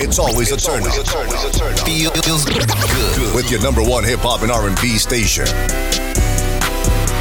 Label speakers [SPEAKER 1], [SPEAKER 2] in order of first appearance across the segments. [SPEAKER 1] It's always a turn up. Feels good with your number one hip hop and R&B station.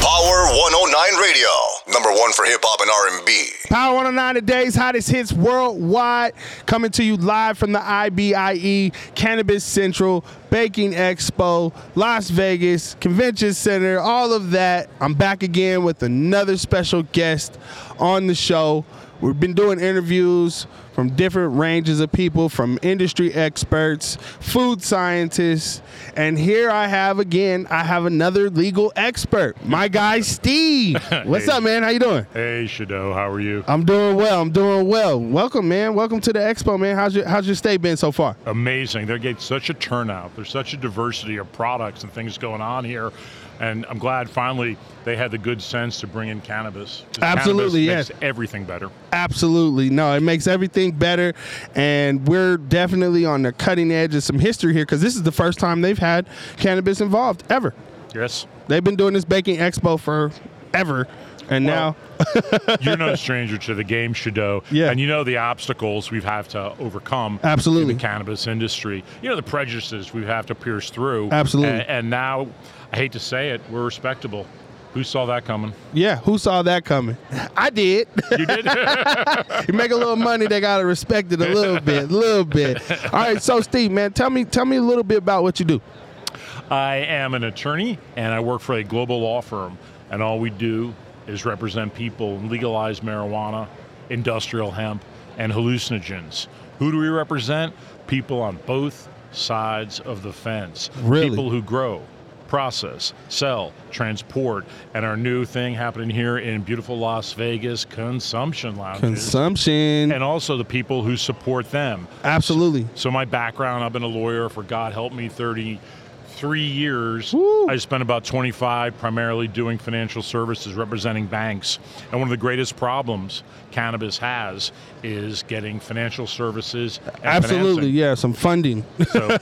[SPEAKER 1] Power 109 Radio, number one for hip hop and R&B.
[SPEAKER 2] Power 109 today's hottest hits worldwide, coming to you live from the IBIE E Cannabis Central Baking Expo, Las Vegas Convention Center, all of that. I'm back again with another special guest on the show. We've been doing interviews from different ranges of people, from industry experts, food scientists, and here I have again, I have another legal expert, my guy Steve. What's
[SPEAKER 3] Hey.
[SPEAKER 2] up, man? How you doing?
[SPEAKER 3] Hey, Shadow, how are you?
[SPEAKER 2] I'm doing well. I'm doing well. Welcome, man. Welcome to the expo, man. How's your How's your stay been so far?
[SPEAKER 3] Amazing. They get such a turnout. There's such a diversity of products and things going on here. And I'm glad finally they had the good sense to bring in cannabis. 'Cause
[SPEAKER 2] Absolutely, yes.
[SPEAKER 3] cannabis Makes everything better.
[SPEAKER 2] Absolutely. No, it makes everything better, and we're definitely on the cutting edge of some history here because this is the first time they've had cannabis involved ever.
[SPEAKER 3] Yes.
[SPEAKER 2] They've been doing this baking expo for ever, and now
[SPEAKER 3] Well, You're no stranger to the game, Shadow.
[SPEAKER 2] Yeah.
[SPEAKER 3] And you know the obstacles we've had to overcome
[SPEAKER 2] Absolutely.
[SPEAKER 3] in the cannabis industry. You know the prejudices we have to pierce through.
[SPEAKER 2] Absolutely.
[SPEAKER 3] And, and now, I hate to say it, we're respectable. Who saw that coming?
[SPEAKER 2] yeah, who saw that coming? I did.
[SPEAKER 3] You did?
[SPEAKER 2] you make a little money, they gotta respect it a little bit, a little bit. All right, so Steve, man, tell me tell me a little bit about what you do.
[SPEAKER 3] I am an attorney and I work for a global law firm, and all we do is represent people and legalize marijuana, industrial hemp, and hallucinogens. Who do we represent? People on both sides of the fence.
[SPEAKER 2] Really?
[SPEAKER 3] People who grow, process, sell, transport, and our new thing happening here in beautiful Las Vegas, consumption lounges.
[SPEAKER 2] Consumption,
[SPEAKER 3] and also the people who support them.
[SPEAKER 2] absolutely.
[SPEAKER 3] So my background, I've been a lawyer for God help me 33 years.
[SPEAKER 2] Woo.
[SPEAKER 3] I spent about 25 primarily doing financial services, representing banks. And one of the greatest problems cannabis has is getting financial services. And
[SPEAKER 2] Absolutely,
[SPEAKER 3] financing.
[SPEAKER 2] yeah. Some funding.
[SPEAKER 3] So,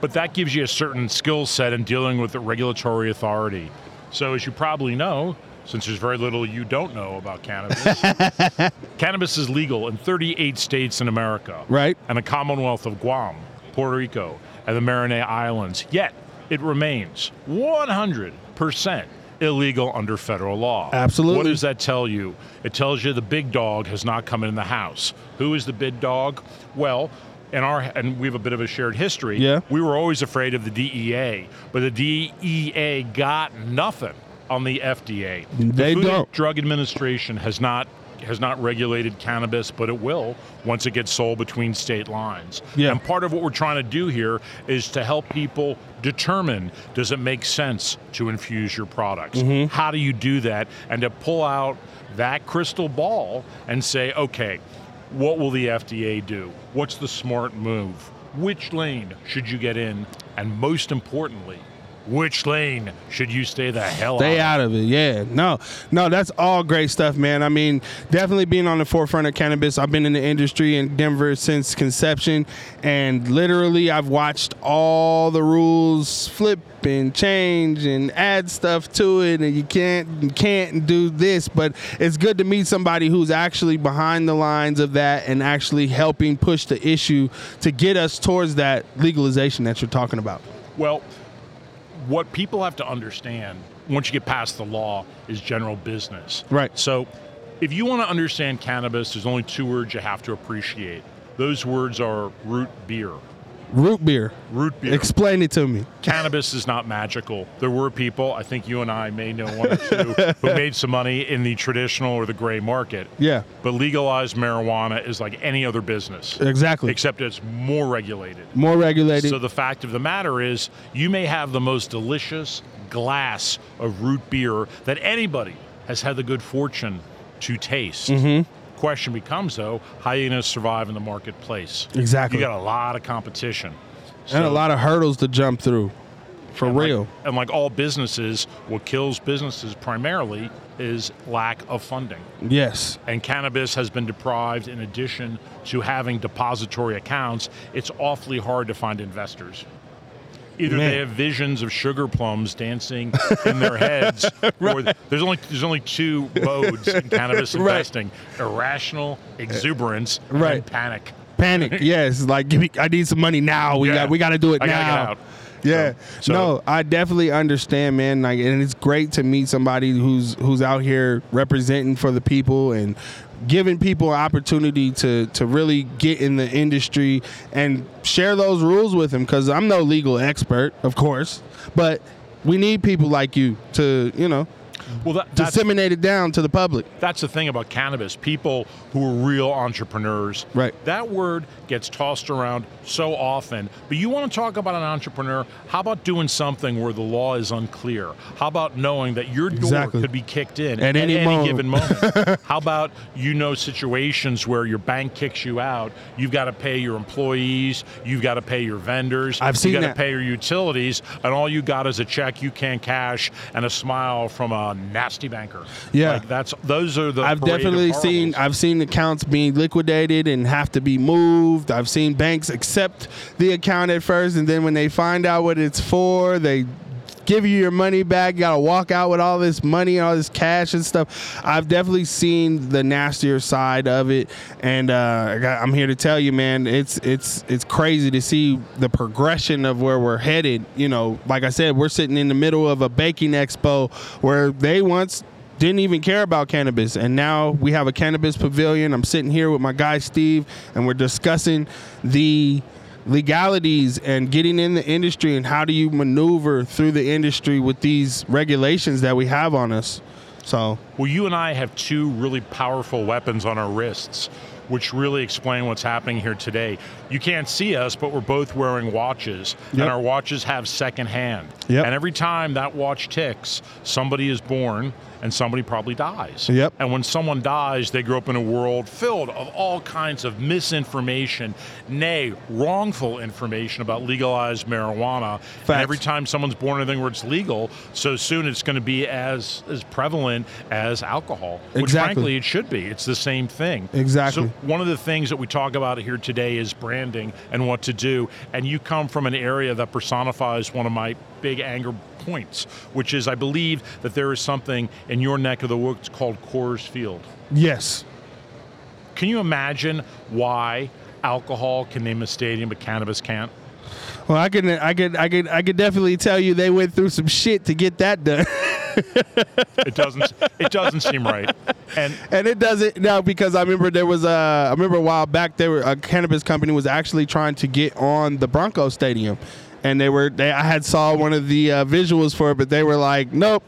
[SPEAKER 3] but that gives you a certain skill set in dealing with the regulatory authority. So, as you probably know, since there's very little you don't know about cannabis, cannabis is legal in 38 states in America,
[SPEAKER 2] Right.
[SPEAKER 3] And the Commonwealth of Guam, Puerto Rico, and the Marinate Islands. Yet, it remains 100% illegal under federal law.
[SPEAKER 2] Absolutely.
[SPEAKER 3] What does that tell you? It tells you the big dog has not come in the house. Who is the big dog? Well, in our and we have a bit of a shared history.
[SPEAKER 2] Yeah.
[SPEAKER 3] We were always afraid of the DEA, but the DEA got nothing on the FDA.
[SPEAKER 2] They
[SPEAKER 3] the Food and
[SPEAKER 2] don't.
[SPEAKER 3] Drug Administration has not has not regulated cannabis, but it will once it gets sold between state lines.
[SPEAKER 2] Yeah.
[SPEAKER 3] And part of what we're trying to do here is to help people determine does it make sense to infuse your products? How do you do that? And to pull out that crystal ball and say, okay, what will the FDA do? What's the smart move? Which lane should you get in? And most importantly, which lane should you stay the hell
[SPEAKER 2] Stay
[SPEAKER 3] out?
[SPEAKER 2] out
[SPEAKER 3] of?
[SPEAKER 2] of it. Yeah. No, no, that's all great stuff, man. I mean, definitely being on the forefront of cannabis. I've been in the industry in Denver since conception, and literally, I've watched all the rules flip and change and add stuff to it, and you can't you can't do this. But it's good to meet somebody who's actually behind the lines of that and actually helping push the issue to get us towards that legalization that you're talking about.
[SPEAKER 3] Well, what people have to understand once you get past the law is general business.
[SPEAKER 2] Right.
[SPEAKER 3] So, if you want to understand cannabis, there's only two words you have to appreciate. Those words are root beer.
[SPEAKER 2] Root beer.
[SPEAKER 3] Root beer.
[SPEAKER 2] Explain it to me.
[SPEAKER 3] cannabis is not magical. There were people, I think you and I may know one or two, who made some money in the traditional or the gray market.
[SPEAKER 2] Yeah.
[SPEAKER 3] But legalized marijuana is like any other business,
[SPEAKER 2] Exactly.
[SPEAKER 3] except it's more regulated.
[SPEAKER 2] More regulated.
[SPEAKER 3] So the fact of the matter is, you may have the most delicious glass of root beer that anybody has had the good fortune to taste.
[SPEAKER 2] Mm-hmm.
[SPEAKER 3] Question becomes though, how are you going to survive in the marketplace?
[SPEAKER 2] Exactly.
[SPEAKER 3] You got a lot of competition.
[SPEAKER 2] and a
[SPEAKER 3] So-
[SPEAKER 2] lot of hurdles to jump through. For real.
[SPEAKER 3] and like all businesses, what kills businesses primarily is lack of funding.
[SPEAKER 2] yes.
[SPEAKER 3] And cannabis has been deprived, in addition to having depository accounts, it's awfully hard to find investors. Either
[SPEAKER 2] Man.
[SPEAKER 3] they have visions of sugar plums dancing in their heads, or there's only there's only two modes in cannabis
[SPEAKER 2] Right. Uh,
[SPEAKER 3] investing: irrational exuberance
[SPEAKER 2] Right.
[SPEAKER 3] and panic.
[SPEAKER 2] Panic. yes. Like, give me, I need some money now. We
[SPEAKER 3] Yeah.
[SPEAKER 2] got. We got to do it
[SPEAKER 3] I
[SPEAKER 2] now.
[SPEAKER 3] gotta get out.
[SPEAKER 2] Yeah.
[SPEAKER 3] So- so-
[SPEAKER 2] no, I definitely understand, man. Like, and it's great to meet somebody who's who's out here representing for the people and giving people an opportunity to to really get in the industry and share those rules with them. Because I'm no legal expert, of course, but we need people like you to, you know,
[SPEAKER 3] Well, that, that's
[SPEAKER 2] disseminate it down to the public.
[SPEAKER 3] That's the thing about cannabis. People who are real entrepreneurs.
[SPEAKER 2] Right.
[SPEAKER 3] That word gets tossed around so often. But you want to talk about an entrepreneur? How about doing something where the law is unclear? How about knowing that your door
[SPEAKER 2] Exactly.
[SPEAKER 3] could be kicked in
[SPEAKER 2] At any moment.
[SPEAKER 3] given moment? How about you know situations where your bank kicks you out? You've got to pay your employees. You've got to pay your vendors.
[SPEAKER 2] I've seen
[SPEAKER 3] you got
[SPEAKER 2] that.
[SPEAKER 3] to pay your utilities, and all you got is a check you can't cash and a smile from a nasty banker.
[SPEAKER 2] Yeah.
[SPEAKER 3] Like, that's those are the.
[SPEAKER 2] I've
[SPEAKER 3] parade of
[SPEAKER 2] definitely seen
[SPEAKER 3] horribles.
[SPEAKER 2] I've seen accounts being liquidated and have to be moved. I've seen banks accept the account at first and then when they find out what it's for, they give you your money back. You got to walk out with all this money and all this cash and stuff. I've definitely seen the nastier side of it and uh, I got, I'm here to tell you man, it's it's it's crazy to see the progression of where we're headed, you know. Like I said, we're sitting in the middle of a baking expo where they once didn't even care about cannabis and now we have a cannabis pavilion i'm sitting here with my guy steve and we're discussing the legalities and getting in the industry and how do you maneuver through the industry with these regulations that we have on us so
[SPEAKER 3] Well, you and I have two really powerful weapons on our wrists, which really explain what's happening here today. You can't see us, but we're both wearing watches,
[SPEAKER 2] Yep.
[SPEAKER 3] and our watches have second hand.
[SPEAKER 2] Yep.
[SPEAKER 3] And every time that watch ticks, somebody is born and somebody probably dies.
[SPEAKER 2] Yep.
[SPEAKER 3] And when someone dies, they grow up in a world filled of all kinds of misinformation, nay, wrongful information about legalized marijuana.
[SPEAKER 2] Facts.
[SPEAKER 3] And every time someone's born anything where it's legal, so soon it's going to be as as prevalent as alcohol, which
[SPEAKER 2] Exactly.
[SPEAKER 3] frankly it should be. It's the same thing.
[SPEAKER 2] Exactly.
[SPEAKER 3] So one of the things that we talk about here today is branding and what to do. And you come from an area that personifies one of my big anger points, which is I believe that there is something in your neck of the woods called Coors Field.
[SPEAKER 2] yes
[SPEAKER 3] Can you imagine why alcohol can name a stadium but cannabis can't?
[SPEAKER 2] well i can i could i could i could definitely tell you they went through some shit to get that done
[SPEAKER 3] It doesn't it doesn't seem right. And
[SPEAKER 2] and it doesn't now because I remember there was a I remember a while back there were a cannabis company was actually trying to get on the Bronco Stadium, and they were they I had saw one of the uh, visuals for it, but they were like, nope.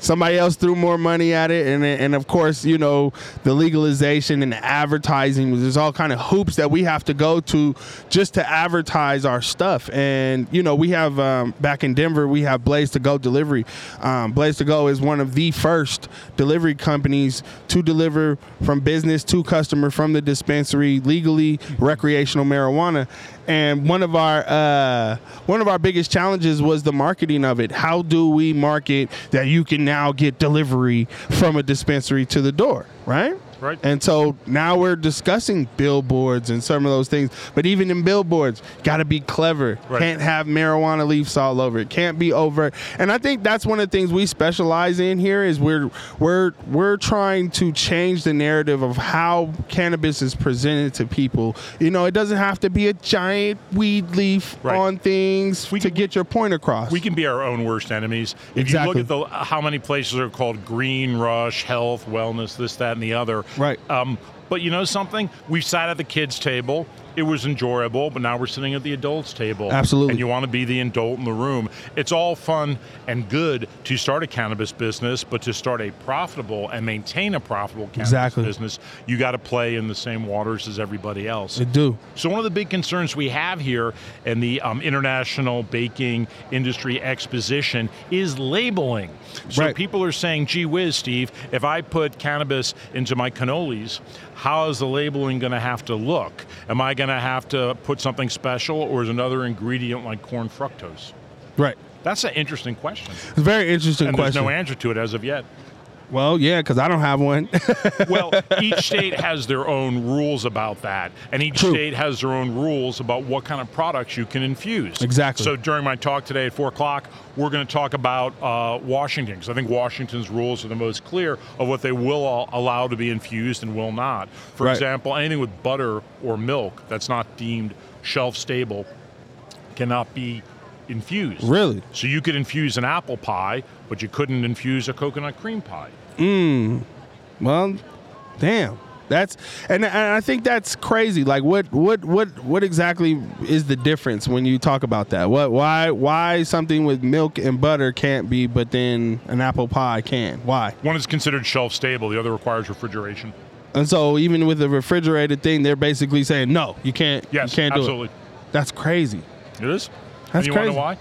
[SPEAKER 2] Somebody else threw more money at it, and and of course, you know the legalization and the advertising. There's all kind of hoops that we have to go to just to advertise our stuff. And you know, we have um, back in Denver, we have Blaze to Go delivery. Um, Blaze to Go is one of the first delivery companies to deliver from business to customer from the dispensary legally recreational marijuana. And one of our uh, one of our biggest challenges was the marketing of it. How do we market that you can now get delivery from a dispensary to the door, right?
[SPEAKER 3] Right.
[SPEAKER 2] And so now we're discussing billboards and some of those things. But even in billboards, got to be clever.
[SPEAKER 3] Right.
[SPEAKER 2] Can't have marijuana leaves all over it. Can't be overt. And I think that's one of the things we specialize in here is we're we're we're trying to change the narrative of how cannabis is presented to people. You know, it doesn't have to be a giant weed leaf
[SPEAKER 3] Right.
[SPEAKER 2] on things
[SPEAKER 3] We
[SPEAKER 2] to
[SPEAKER 3] can-
[SPEAKER 2] get your point across.
[SPEAKER 3] We can be our own worst enemies. If
[SPEAKER 2] Exactly.
[SPEAKER 3] you look at the how many places are called green rush, health, wellness, this, that, and the other.
[SPEAKER 2] Right.
[SPEAKER 3] Um, but you know something? We sat at the kids' table. It was enjoyable, but now we're sitting at the adults' table.
[SPEAKER 2] Absolutely.
[SPEAKER 3] And you want to be the adult in the room. It's all fun and good to start a cannabis business, but to start a profitable and maintain a profitable cannabis
[SPEAKER 2] Exactly.
[SPEAKER 3] business, you got to play in the same waters as everybody else.
[SPEAKER 2] It do.
[SPEAKER 3] So one of the big concerns we have here in the um, International Baking Industry Exposition is labeling. So
[SPEAKER 2] Right.
[SPEAKER 3] people are saying, gee whiz, Steve, if I put cannabis into my cannolis, how is the labeling going to have to look? Am I going to have to put something special or is another ingredient like corn fructose?
[SPEAKER 2] Right.
[SPEAKER 3] That's an interesting question.
[SPEAKER 2] It's a very interesting
[SPEAKER 3] And
[SPEAKER 2] question.
[SPEAKER 3] there's no answer to it as of yet.
[SPEAKER 2] Well, yeah, because I don't have one.
[SPEAKER 3] well, each state has their own rules about that, and each
[SPEAKER 2] True.
[SPEAKER 3] state has their own rules about what kind of products you can infuse.
[SPEAKER 2] Exactly.
[SPEAKER 3] So during my talk today at four o'clock, we're going to talk about uh, Washington because I think Washington's rules are the most clear of what they will all allow to be infused and will not. For
[SPEAKER 2] Right.
[SPEAKER 3] example, anything with butter or milk that's not deemed shelf stable cannot be infused.
[SPEAKER 2] Really?
[SPEAKER 3] So you could infuse an apple pie, but you couldn't infuse a coconut cream pie.
[SPEAKER 2] well, damn. That's and, and I think that's crazy. Like, what, what, what, what exactly is the difference when you talk about that? What, why, why something with milk and butter can't be, but then an apple pie can? Why?
[SPEAKER 3] One is considered shelf stable, the other requires refrigeration.
[SPEAKER 2] And so, even with the refrigerated thing, they're basically saying no, you can't.
[SPEAKER 3] Yes,
[SPEAKER 2] you can't
[SPEAKER 3] absolutely.
[SPEAKER 2] do it. That's crazy.
[SPEAKER 3] It is. and
[SPEAKER 2] That's
[SPEAKER 3] you want to
[SPEAKER 2] crazy.
[SPEAKER 3] know why?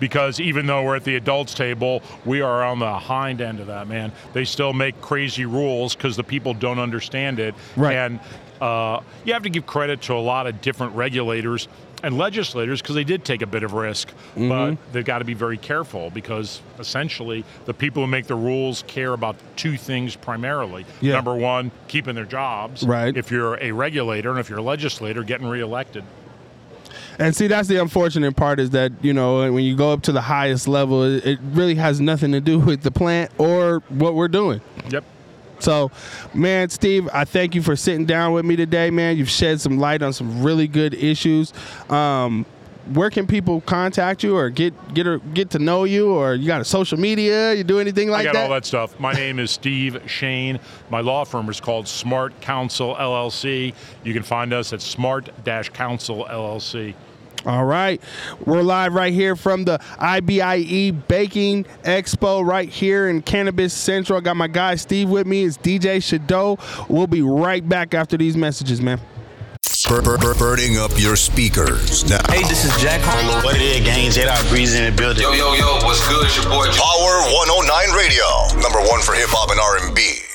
[SPEAKER 3] Because even though we're at the adults table, we are on the hind end of that, man. They still make crazy rules because the people don't understand it.
[SPEAKER 2] Right.
[SPEAKER 3] And uh, you have to give credit to a lot of different regulators and legislators because they did take a bit of risk,
[SPEAKER 2] Mm-hmm.
[SPEAKER 3] but they've got to be very careful because essentially the people who make the rules care about two things primarily.
[SPEAKER 2] Yeah.
[SPEAKER 3] Number one, keeping their jobs.
[SPEAKER 2] Right.
[SPEAKER 3] If you're a regulator and if you're a legislator, getting reelected.
[SPEAKER 2] And see, that's the unfortunate part is that you know when you go up to the highest level, it it really has nothing to do with the plant or what we're doing.
[SPEAKER 3] Yep.
[SPEAKER 2] So, man, Steve, I thank you for sitting down with me today, man. You've shed some light on some really good issues. Um, where can people contact you or get get or get to know you, or you got a social media? You do anything like
[SPEAKER 3] I got all that stuff. My name is Steve Shane. My law firm is called Smart Counsel LLC. You can find us at smart counsel LLC.
[SPEAKER 2] All right. We're live right here from the IBIE E Baking Expo right here in Cannabis Central. I got my guy Steve with me. It's DJ Shadow. We'll be right back after these messages, man.
[SPEAKER 1] Bur- bur- bur- burning up your speakers now.
[SPEAKER 4] Hey, this is Jack Harlow. What it is, gang? J Dot Breeze in the building.
[SPEAKER 1] oh
[SPEAKER 5] Yo, yo, yo, what's good? It's your boy. J-
[SPEAKER 1] Power 109 Radio, number one for hip hop and R&B.